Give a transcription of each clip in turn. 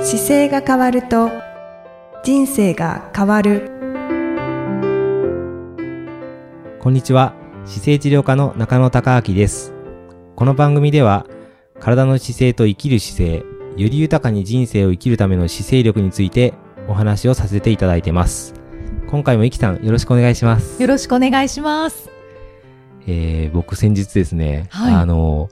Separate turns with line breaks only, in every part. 姿勢が変わると人生が変わる
こんにちは。姿勢治療科の中野孝明です。この番組では、体の姿勢と生きる姿勢、より豊かに人生を生きるための姿勢力についてお話をさせていただいてます。今回もイキさん、よろしくお願いします。
よろしくお願いします。
えー、僕先日ですね、
はい
あの、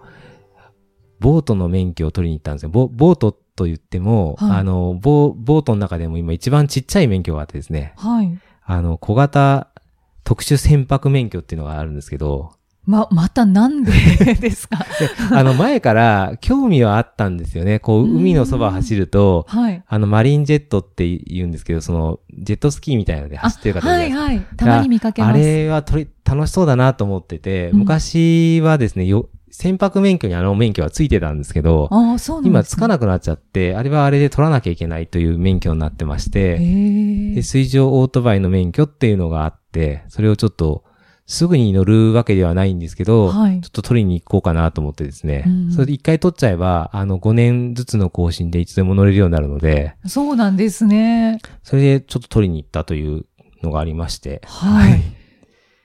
ボートの免許を取りに行ったんですよ。ボボートと言っても、
はい
あのボ、ボートの中でも今一番ちっちゃい免許があってですね、
はい。
あの、小型特殊船舶免許っていうのがあるんですけど、
ま、またなんで ですか
あの前から興味はあったんですよね。こう、
うん
海のそば走ると、
はい。
あの、マリンジェットって言うんですけど、その、ジェットスキーみたいなので走ってる方いるじゃ
は
ない
い
ですか
はい。たまに見かけま
あ
す。
れはとり楽しそうだなと思ってて、
うん
昔はですね、よ、船舶免許にあの免許はついてたんですけど、
ああ、そうなんです、ね、
今つかなくなっちゃって、あれはあれで取らなきゃいけないという免許になってまし
へ
て、
え
で、水上オートバイの免許っていうのがあって、それをちょっと、すぐに乗るわけではないんですけど、
はい
ちょっと取りに行こうかなと思ってですね。
うん
それで一回取っちゃえば、あの5年ずつの更新でいつでも乗れるようになるので、
そうなんですね。
それでちょっと取りに行ったというのがありまして。
はい。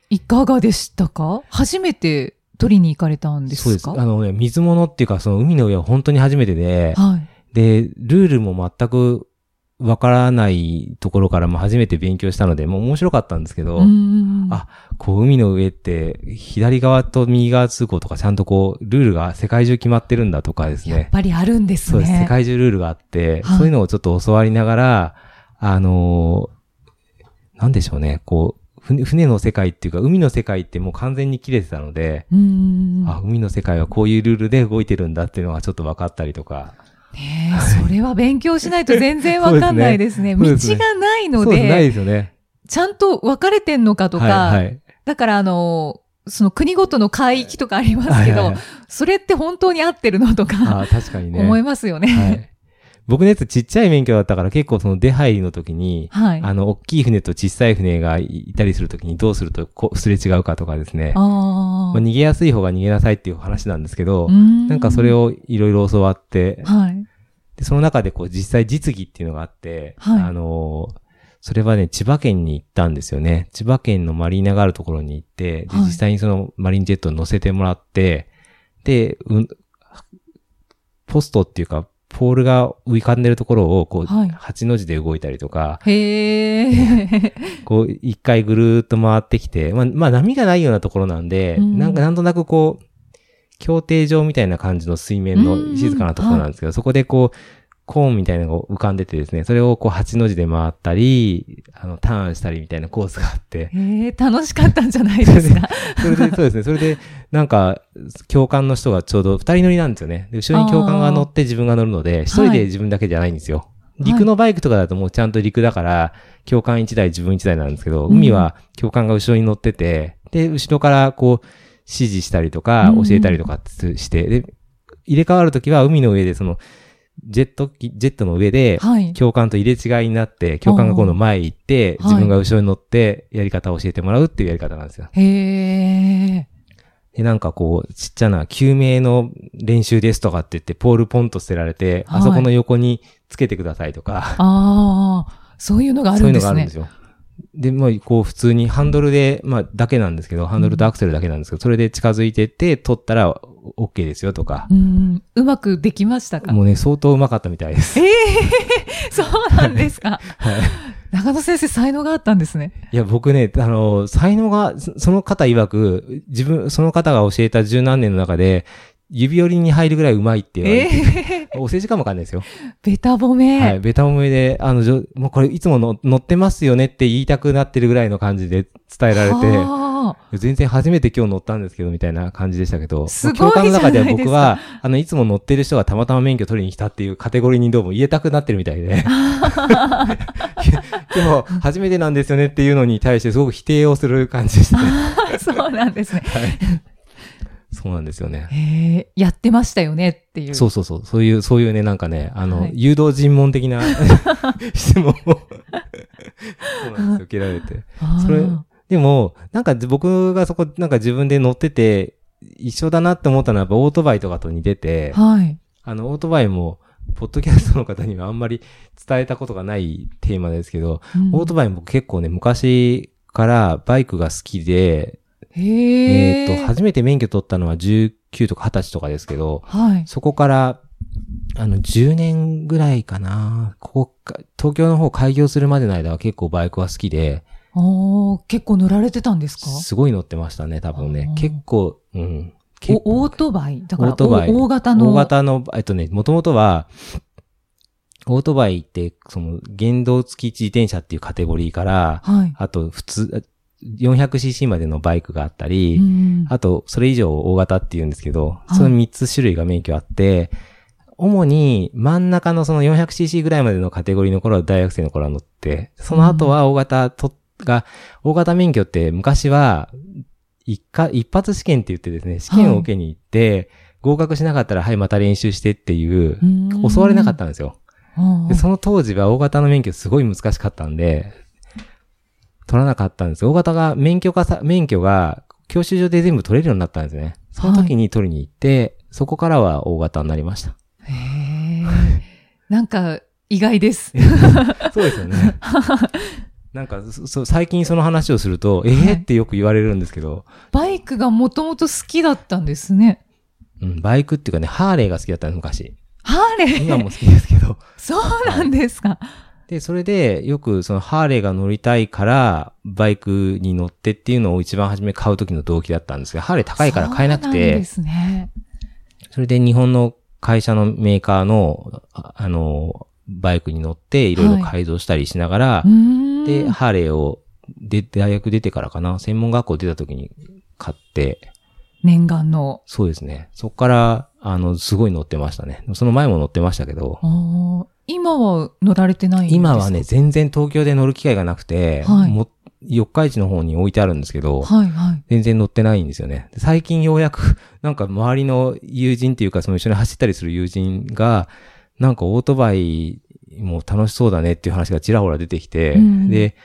いかがでしたか初めて取りに行かれたんです
そうです。
か
あのね、水物っていうか、その海の上は本当に初めてで、
はい。
で、ルールも全くわからないところからも初めて勉強したので、もう面白かったんですけど、
うーん。
あこう海の上って左側と右側通行とかちゃんとこうルールが世界中決まってるんだとかです
やっ
ね。
ぱりあるんです
そう
ね。
です。世界中ルールがあって、
はい
そういうのをちょっと教わりながら、あのーなんでしょうね、こう、船船の世界っていうか海の世界ってもう完全に切れてたので、
うーん。
あ、海の世界はこういうルールで動いてるんだっていうのがちょっと分かったりとか。
ねえ、それは勉強しないと全然わかんないですね。
そうですね
道がない
そ
の
うです。ない
で、
ですよね。
ちゃんと分かれてんのかとか、
はい、はい。
だからあの、その国ごとの海域とかありますけど、
はいはいはい
それって本当に合ってるのとか、
あ確かにね。
思いますよね。
はい。僕のやつちっちゃい免許だったから結構その出入りの時に、
はい。
あの、大きい船と小さい船がいたりするときにどうするとこうすれ違うかとかですね。
あ
まあ、逃げやすい方が逃げなさいっていう話なんですけど
ー、な
なんかそれ。をいろいろ教わって、
はい。
でその中でこう実際実技っていうのがあって、
はい
あのーそれはね、千葉県に行ったんですよね。千葉県のマリーナがあるところに行って、で
はい
実際にそのマリンジェットに乗せてもらって、で、うん、ポストっていうか、ポールが浮かんでるところを、こう、
はい
8の字で動いたりとか、
へえ。
こう、一回ぐるーっと回ってきて、まあ、まあ、波がないようなところなんで、
うん
なんか、なんとなくこう、協定場みたいな感じの水面
うんう
の
ん
静かなところなんですけど、そこでこう、コーンみたいなのが浮かんでてですね、それをこう、8の字で回ったり、あの、ターンしたりみたいなコースがあって、
へえ、楽しかったんじゃないですか。
それで、そうですね、それで、なんか、教官の人がちょうど二人乗りなんですよね。で、後ろに教官が乗って自分が乗るので、一人で自分だけじゃないんですよ。
はい
陸のバイクとかだともうちゃんと陸だから、教官一台自分一台なんですけど、
うん
海は教官が後ろに乗ってて、で、後ろからこう、指示したりとか、
うん
教えたりとかってして、で、入れ替わるときは海の上でその、ジェット機、ジェットの上で、
はい。
教官と入れ違いになって、教官が今度前行って、
あー
自分が後ろに乗って、やり方を教えてもらうっていうやり方なんですよ。
へえ。
で、なんかこう、ちっちゃな救命の練習ですとかって言って、ポールポンと捨てられて、
はい
あそこの横につけてくださいとか、
ああ、そういうのがあ
そういう
る
んの
で
がある
す
ん
ね
で。すよ。で、まあ、こう、普通にハンドルで、まあ、だけなんですけど、ハンドルとアクセルだけなんですけど、それで近づいてって、取ったら OK ですよとか
う、ん、うまくできましたか
もうね、相当うまかったみたいです。
ええ そうなんですか。
はい
中野先生、才能があったんですね。
いや、僕ね、あの、才能が、そその方曰く、自分、その方が教えた十何年の中で、指折りに入るぐらいうまいって言わ
え
れて、
え
お世辞かもわかんないですよ。
ベタ褒め。
はい、ベタ褒めで、あの、じょもうこれいつもの乗ってますよねって言いたくなってるぐらいの感じで伝えられて、
はあ
全然初めて今日乗ったんですけど、みたいな感じでしたけど、
すごい
教官の中では
じゃないです
僕
か
は、あの、いつも乗ってる人がたまたま免許取りに来たっていうカテゴリーにどうも言えたくなってるみたい で、でも、初めてなんですよねっていうのに対してすごく否定をする感じでしたね。
そうなんですね。
そうなんですよね。
へえやってましたよねっていう。
そうそうそう。そういう、そういうね、なんかね、あの、
はい
誘導尋問的な 質問を そうなんですよ、受けられて。
あー
それでも、なんか僕がそこ、なんか自分で乗ってて、一緒だなって思ったのはやっぱオートバイとかと似てて、
はい。
あの、オートバイも、ポッドキャストの方にはあんまり伝えたことがないテーマですけど、
うん
オートバイも結構ね、昔からバイクが好きで、
へ
え
え。
っと、初めて免許取ったのは19とか20歳とかですけど、
はい。
そこから、あの、10年ぐらいかな、ここか、東京の方開業するまでの間は結構バイクは好きで、
おー結構乗られてたんですか
すごい乗ってましたね、多分ね
あ。ー
結構、うん。結構
おオートバイだから
オートバイ
お大型の。
大型の、えっとね、もともとは、オートバイって、その、原動付き自転車っていうカテゴリーから、
はい。
あと、普通、400cc までのバイクがあった
う
り、
ん
あと、それ以上を大型って言うんですけど、
い
その3つ種類が免許あって、主に真ん中のその 400cc ぐらいまでのカテゴリーの頃は大学生の頃は乗って、その後は大型と、が、大型免許って昔は、一か、一発試験って言ってですね、試験を受けに行って、合格しなかったら、はい、また練習してっていう、
うん
教われなかったんですよ。
あ
で
ー
その当時は大型の免許すごい難しかったんで、取らなかったんです大型が、免許がさ、免許が、教習所で全部取れるようになったんですね。その時に取りに行って、そこからは大型になりました。
へえ。なんか、意外です。
そうですよ ね。なんか、そそ最近その話をすると、え
はい
えってよく言われるんですけど、
バイクがもともと好きだったんですね。
うん、バイクっていうかね、ハーレーが好きだったんです、昔。
ハーレ
今も
ー。
好きですけど。
そうなんですか。
で、それで、よくそのハーレーが乗りたいから、バイクに乗ってっていうのを一番初め買う時の動機だったんですが、ハーレー高いから買えなく
そうなん
て
で、すね。
それで日本の会社のメーカーの、ああの、バイクに乗っていろいろ改造したりしながら、
うーん
で、ハーレーをで大学出てからかな、専門学校出た時に買って、
念願の。
そうですね。そっから、あの、すごい乗ってましたね。その前も乗ってましたけど、
あー今は乗られてないんですか
今はね、、全然東京で乗る機会がなくて、
はい
も四日市の方に置いてあるんですけど、
はいはい。
全然乗ってないんですよね。で最近ようやく、 なんか周りの友人っていうか、その一緒に走ったりする友人が、なんかオートバイも楽しそうだねっていう話がちらほら出てきて、
うん
で、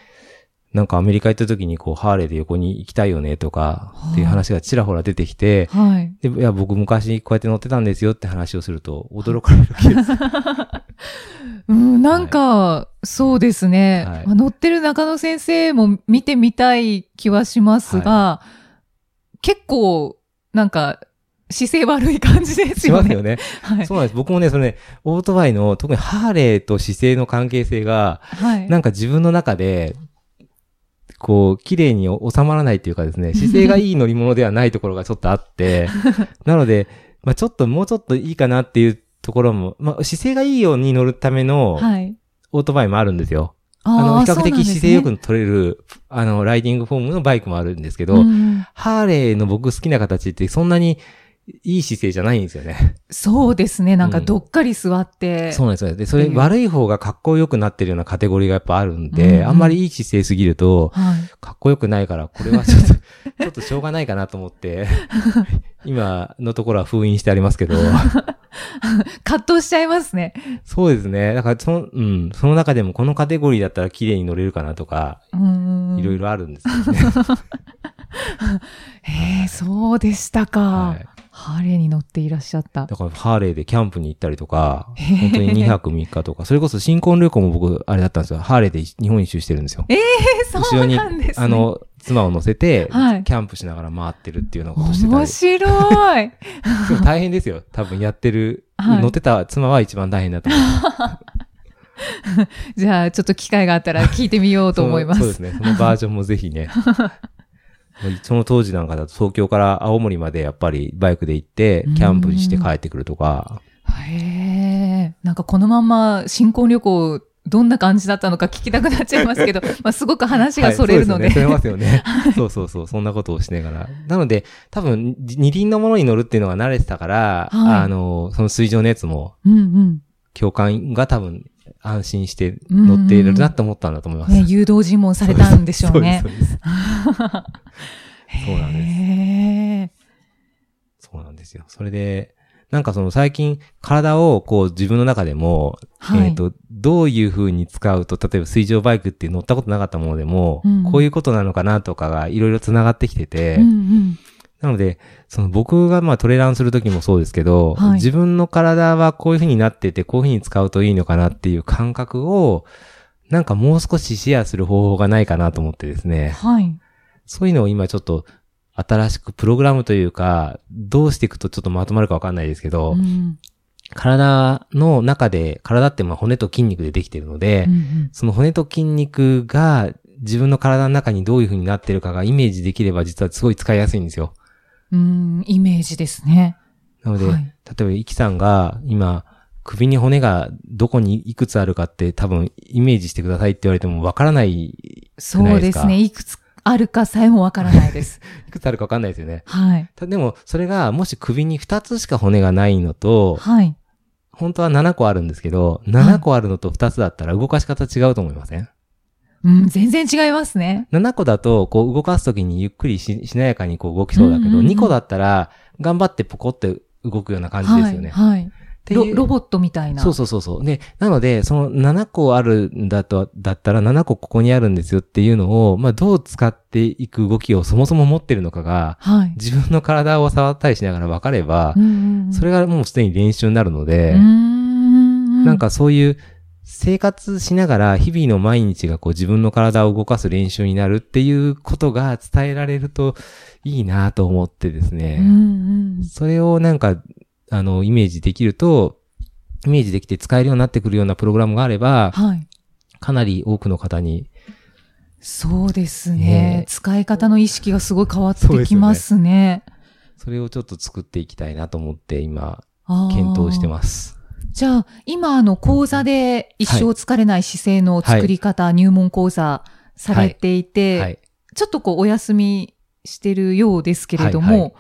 なんかアメリカ行った時にこう、ハーレーで横に行きたいよねとか、っていう話がちらほら出てきて、
はい。
で、いや、僕昔こうやって乗ってたんですよって話をすると、驚かれるわけです。
うん、なんか、そうですね、
はい
まあ乗ってる中野先生も見てみたい気はしますが、結構、なんか、姿勢悪い感じです
し
よ
ま
ね。
すよね。
はい。
そうなんです。僕もね、そのね、オートバイの、特にハーレーと姿勢の関係性が、
はい。
なんか自分の中で、こう、綺麗に収まらないというかですね、姿勢がいい乗り物ではないところがちょっとあ って、なので、まあちょっともうちょっといいかなっていうところも、まあ姿勢がいいように乗るための
はい。
オートバイもあるんですよ。あ
あ
の、
ー
比較的姿勢よ、
そう
く取れる、あの、ライディングフォームのバイクもあるんですけど、
なんですねうん
ハーレーの僕好きな形ってそんなにいい姿勢じゃないんですよね。
そうですね。なんか、
うん
どっかり座って。
そうなんですよ。で、それ
うん
悪い方がかっこよくなってるようなカテゴリーがやっぱあるん
うんうん
で、あんまりいい姿勢すぎると、
はい。
かっこよくないから、これはちょ っと、ちょっとしょうがないかなと思って、今のところは封印してあります けど、
葛藤しちゃいますね。
そうですね。だからその、うん、その中でもこのカテゴリーだったら綺麗に乗れるかなとか、
うん。
いろい
ろ。
ろあるんですよね。
へえ、そうでしたか、
はい
ハーレーに乗っていらっしゃった。
だから、ハーレーでキャンプに行ったりとか、
へー
本当に2泊3日とか、それこそ新婚旅行も僕、あれだったんですよ。ハーレーで日本一周してるんですよ。
え、そうなんですね。
あ、の、妻を乗せて、
はい
キャンプしながら回ってるっていうようなことしてた
面
り。
白い。
でも大変ですよ。多分やってる、
はい
乗ってた妻は一番大変だと思う。
じゃあ、ちょっと機会があったら聞いてみようと思いま
その
す。
そうですね。そのバージョンもぜひね。 もうその当時なんかだと東京から青森までやっぱりバイクで行って
うん、
キャンプして帰ってくるとか、
へえ。なんかこのまんま新婚旅行、どんな感じだったのか聞きたくなっちゃいま すけど、まあすごく話がそれるので。
はいそうすよねそれますよ ね。そうそうそう。そんなことをしながら。なので、多分、二輪のものに乗るっていうのが慣れてたから、
はい
あの、その水上のやつも、
うん
教官が多分、安心して乗っているなと思ったんだと思いま
うん。
す。
ね、誘導尋問されたんでしょうね
そ。うです。そうです そうなんです
へえ。
そうなんですよ。それで、なんかその最近、体をこう自分の中でも、
はい
えっ、と、どういう風に使うと、例えば水上バイクって乗ったことなかったものでも、
うん
こういうことなのかなとかがいろいろ繋がってきてて、
うんうん。
なので、その僕がまあトレランする時もそうですけど、
はい
自分の体はこういう風になってて、こういう風に使うといいのかなっていう感覚を、なんかもう少しシェアする方法がないかなと思ってですね。
はい。
そういうのを今ちょっと新しくプログラムというか、どうしていくとちょっとまとまるかわかんないですけど、
うん
体の中で、体ってまあ骨と筋肉でできてるので、
うん
その骨と筋肉が自分の体の中にどういう風になってるかがイメージできれば実はすごい使いやすいんですよ。
うん、うんイメージですね。
なので、
はい
例えばイキさんが今、首に骨がどこにいくつあるかって多分イメージしてくださいって言われてもわからない、
そうですね。いくつあるかさえもわからな いです。
いくつあるかわかんないですよね。
はい。
たでも、それがもし首に2つしか骨がないのと、
はい。
本当は7個あるんですけど、7個あるのと2つだったら動かし方違うと思いません
うん、全然違いますね。
7個だと、こう動かすときにゆっくりし、しなやかにこう動きそうだけ
うんうん
ど、
うん
2個だったら、頑張ってポコって動くような感じですよね。
はい。はい
って
ロ
いう
ロボットみたいな。
そうそうそうそう。で、なので、その7個あるんだと、だったら7個ここにあるんですよっていうのを、まあどう使っていく動きをそもそも持ってるのかが、
はい。
自分の体を触ったりしながら分かれば
う、んうん
それがもうすでに練習になるので、
うん
なん、かそういう生活しながら日々の毎日がこう自分の体を動かす練習になるっていうことが伝えられるといいなと思ってです
う
ね。
んうん
それをなんか、あの、イメージできると、イメージできて使えるようになってくるようなプログラムがあれば、
はい。
かなり多くの方に、
そうです
ね
ね
え。
使い方の意識がすごい変わって
そうです
き
よね
ますね。
それをちょっと作っていきたいなと思って今、
あー
検討してます。
じゃあ、今、あの、講座で一生疲れない姿勢の作り方、入門講座されていて、
はい。
ちょっとこう、お休みしてるようですけれども、
はいはい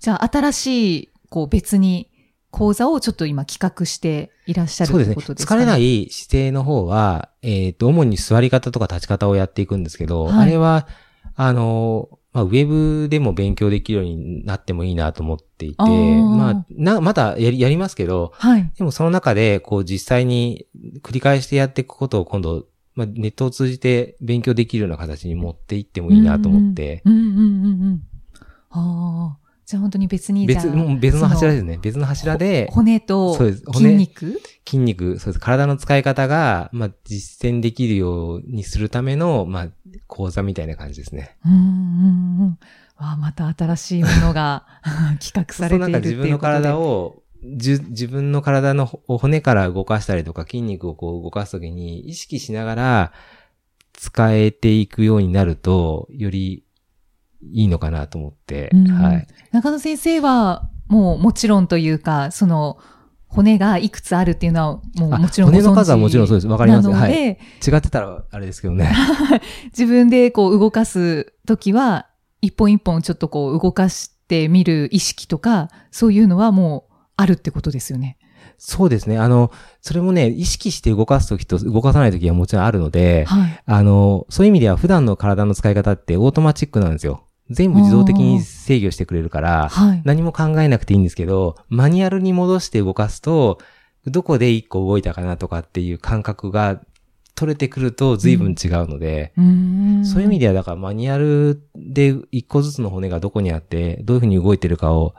じゃあ、新しい、こう、別に講座をちょっと今企画していらっしゃる
そう
と
です
いう
ね。
ことで
疲
すかね。。
れないい姿勢の方は、えっ、と、主に座り方とか立ち方をやっていくんですけど、
はい
あれは、あの、まあ、ウェブでも勉強できるようになってもいいなと思っていて、
あー
まあ、な、またやり、やりますけど、
はい。
でもその中で、こう実際に繰り返してやっていくことを今度、まあ、ネットを通じて勉強できるような形に持っていってもいいなと思って、
うんうんうんうん。ああ。じゃあ、本当に別に、じゃあ
別、もう別の柱ですね。別の柱で、
骨と
そうです
筋
骨
肉
筋肉、そうです。体の使い方が、まあ、実践できるようにするための、まあ、講座みたいな感じですね。
うんうんうん。わあ、また新しいものが 企画されて
そうすると
いるっていう
なんか自分の
ことで
体を、じゅ自分の体のほ骨から動かしたりとか筋肉をこう動かすときに意識しながら使えていくようになると、よりいいのかなと思って、
うん
はい。
中野先生は、もうもちろんというか、その、骨がいくつあるっていうのは、も
あ
うもちろんご存知
骨の数はもちろんそうですわかります
なので、
違ってたらあれですけどね。
自分でこう動かすときは、一本一本ちょっとこう動かしてみる意識とか、そういうのはもうあるってことですよね。
そうですね。あの、それもね、意識して動かすときと動かさないときはもちろんあるので、
はい。
あの、そういう意味では普段の体の使い方ってオートマチックなんですよ。全部自動的に制御してくれるから、
はい。
何も考えなくていいんですけど、マニュアルに戻して動かすと、どこで一個動いたかなとかっていう感覚が取れてくると随分違うので、
うん
そういう意味ではだからマニュアルで一個ずつの骨がどこにあって、どういうふうに動いてるかを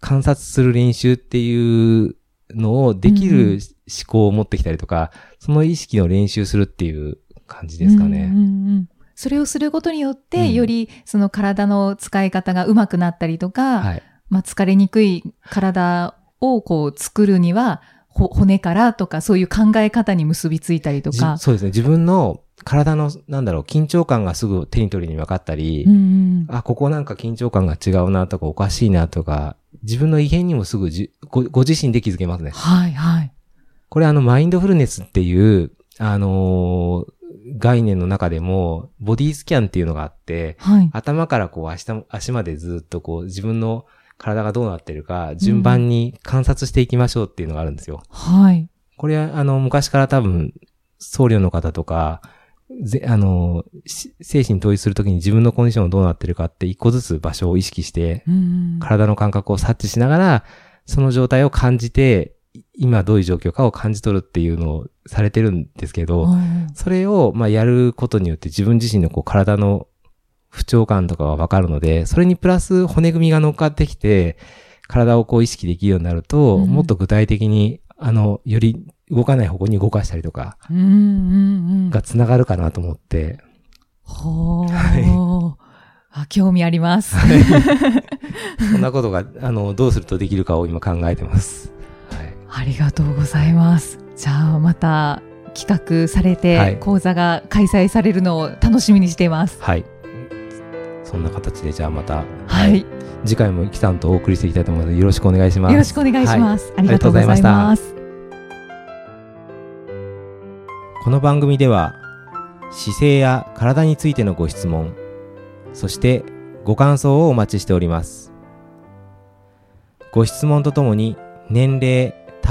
観察する練習っていうのをでき
うんうん
る思考を持ってきたりとか、その意識の練習するっていう感じですかね。
うんうんうんそれをすることによっ
う
て、
ん
よりその体の使い方が上手くなったりとか、
はい。
まあ、疲れにくい体をこう作るには、ほ骨からとかそういう考え方に結びついたりとか
じ。そうですね。自分の体の、なんだろう、緊張感がすぐ手に取りに分かったり、
うん
あ、ここなんか緊張感が違うなとかおかしいなとか、自分の異変にもすぐじごご自身で気づけますね。
はいはい。
これあの、マインドフルネスっていう、あのー概念の中でも、ボディスキャンっていうのがあって、
はい。
頭からこう足た足までずっとこう自分の体がどうなってるか、順番に観察していきましょうっていうのがあるんですよ。
はい。
これは、あの、昔から多分、僧侶の方とか、ぜあの、し精神統一するときに自分のコンディションどうなってるかって一個ずつ場所を意識して、
うん
体の感覚を察知しながら、その状態を感じて、い今どういう状況かを感じ取るっていうのをされてるんですけど、
はい
それを、まあ、やることによって自分自身のこう体の不調感とかがわかるので、それにプラス骨組みが乗っかってきて、体をこう意識できるようになると、
うん
もっと具体的に、あの、より動かない方向に動かしたりとか、
うんうんうん。
が繋がるかなと思って、
ほー。あ、興味あります。
そんなことが、あの、どうするとできるかを今考えてます。はい。
ありがとうございます。じゃあまた企画されて、
はい
講座が開催されるのを楽しみにしています。
はい。そんな形で、じゃあまた、
はい、
次回もイキさんとお送りしていきたいと思うので、よろしくお願いします。
よろしくお願いします。ありがとうござい
ありがとうござい
ま。
ますこの番組では姿勢や体についてのご質問そしてご感想をお待ちしておりますご質問とともに年齢